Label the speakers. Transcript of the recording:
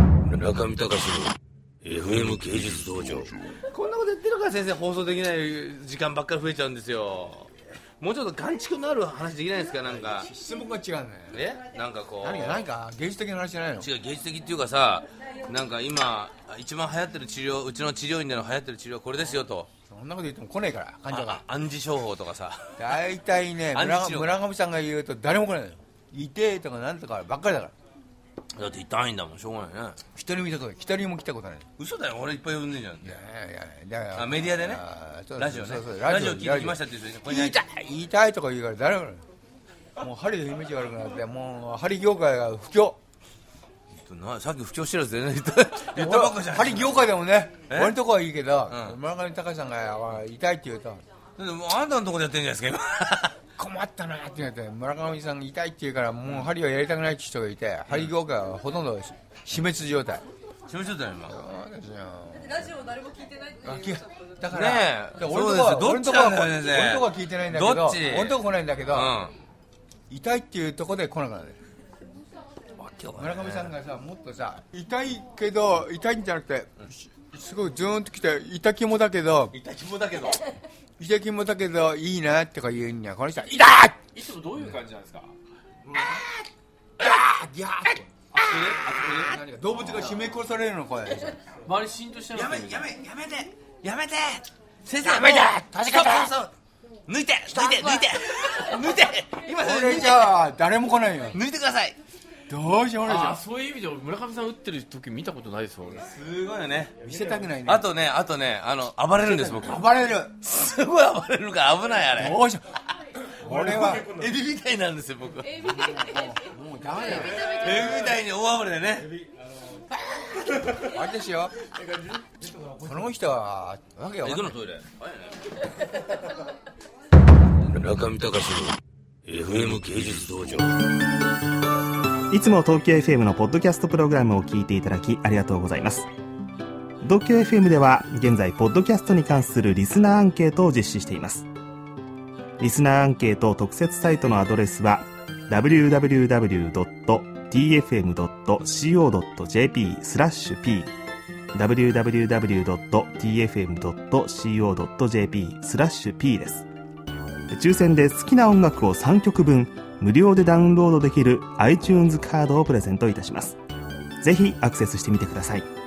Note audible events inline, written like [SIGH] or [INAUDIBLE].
Speaker 1: 中見隆の FM 芸術道場
Speaker 2: こんなこと言ってるから先生放送できない時間ばっかり増えちゃうんですよもうちょっと眼畜のある話できないですかなんか
Speaker 3: 質問が違うね
Speaker 2: えなんかこう
Speaker 3: 何か何か芸術的な話じゃないの
Speaker 2: 違う芸術的っていうかさなんか今一番流行ってる治療うちの治療院での流行ってる治療はこれですよと
Speaker 3: そんなこと言っても来ねえから患者が
Speaker 2: あ暗示商法とかさ
Speaker 3: 大体ね
Speaker 2: 暗示
Speaker 3: 村
Speaker 2: しろ
Speaker 3: 村上さんが言うと誰も来ないのよ痛えとかなんとかばっかりだから
Speaker 2: だって痛いんだもんしょうがないね
Speaker 3: 一人も見たことない一人も来たことない
Speaker 2: 嘘だよ俺いっぱい呼んでんじゃん
Speaker 3: いやいやいや
Speaker 2: あメディアでね
Speaker 3: あーそう
Speaker 2: ラジオね
Speaker 3: そうそう
Speaker 2: ラジオ聞いてきましたっていう人ねこれね
Speaker 3: 痛い痛いとか言うから誰も来ないもう針のイメージ悪くなってもう針業界が不況
Speaker 2: なさっき不況してるやつ全然言った [LAUGHS] 言ったばっかじゃん
Speaker 3: 針業界でもね
Speaker 2: え
Speaker 3: 俺のとこはいいけど、
Speaker 2: うん
Speaker 3: 村上隆さんがあ痛いって言うと
Speaker 2: だってもうあんたのとこでやってんじゃないですか
Speaker 3: 困ったなってなって村上さんが痛いって言うからもう針はやりたくないって人がいて針業界はほとんどし死滅状態
Speaker 2: 今しまちょっとよ今
Speaker 3: そうですよ
Speaker 4: ラジオ誰も聞いてないって
Speaker 3: あ
Speaker 4: い
Speaker 3: き
Speaker 4: うちょっと
Speaker 3: だか
Speaker 2: ね
Speaker 3: ら、
Speaker 2: え
Speaker 3: で俺のとこは
Speaker 2: そうで
Speaker 3: 俺
Speaker 2: す
Speaker 3: のと
Speaker 2: よ
Speaker 3: こ
Speaker 2: どっちなん
Speaker 3: は
Speaker 2: だよ先生
Speaker 3: 俺のとこは聞いてないんだけど
Speaker 2: どっち
Speaker 3: 俺のとこ来ないんだけど、
Speaker 2: う
Speaker 3: 痛いっていうとこで来なくなる
Speaker 2: んわけわかんない
Speaker 3: 村上さんがさもっとさ痛いけど痛いんじゃなくて、しすごいズーンときて痛きもだけど
Speaker 2: 痛肝だけど
Speaker 3: 痛きもだけどいいなとか言うにはこの人は痛っ
Speaker 5: いつもどういう感じなんですか
Speaker 3: あギャーって
Speaker 5: あそこであそこで何が
Speaker 3: 動物が締め殺されるの声
Speaker 5: 周り浸透してな
Speaker 2: や
Speaker 5: か
Speaker 2: め
Speaker 5: った
Speaker 2: やめやめてやめて先生
Speaker 3: やめて
Speaker 2: もう
Speaker 3: 確かに
Speaker 2: そうそうそう抜いて抜いて抜いて抜いて今
Speaker 3: こ
Speaker 2: 先生抜い
Speaker 3: れ
Speaker 2: て
Speaker 3: じゃあ誰も来ないよ
Speaker 2: 抜いてください
Speaker 3: どうしようもないじゃ
Speaker 5: あ
Speaker 3: ん
Speaker 5: そういう意味で俺村上さん打ってる時見たことないです俺
Speaker 2: すごいよね
Speaker 3: 見せたくないね
Speaker 2: あとねあとねあの暴れるんです僕
Speaker 3: 暴れる
Speaker 2: すごい暴れるから危ないあれ
Speaker 3: どうしよう [LAUGHS] 俺は
Speaker 2: エビみたいなんですよ僕エビ
Speaker 4: え見て見て
Speaker 3: もうダメだよ
Speaker 2: みたいに大暴れでね
Speaker 3: あれですよ。この人は、わけわかんない。
Speaker 2: のトイレ [LAUGHS] 中見隆の FM 芸術道場
Speaker 6: いつも東京 FM のポッドキャストプログラムを聞いていただきありがとうございます。東京 FM では現在、ポッドキャストに関するリスナーアンケートを実施しています。リスナーアンケート特設サイトのアドレスは www.tfm.co.jp スラッシュ p www.tfm.co.jp スラッシュ p です。抽選で好きな音楽を3曲分無料でダウンロードできる iTunes カードをプレゼントいたします。ぜひアクセスしてみてください。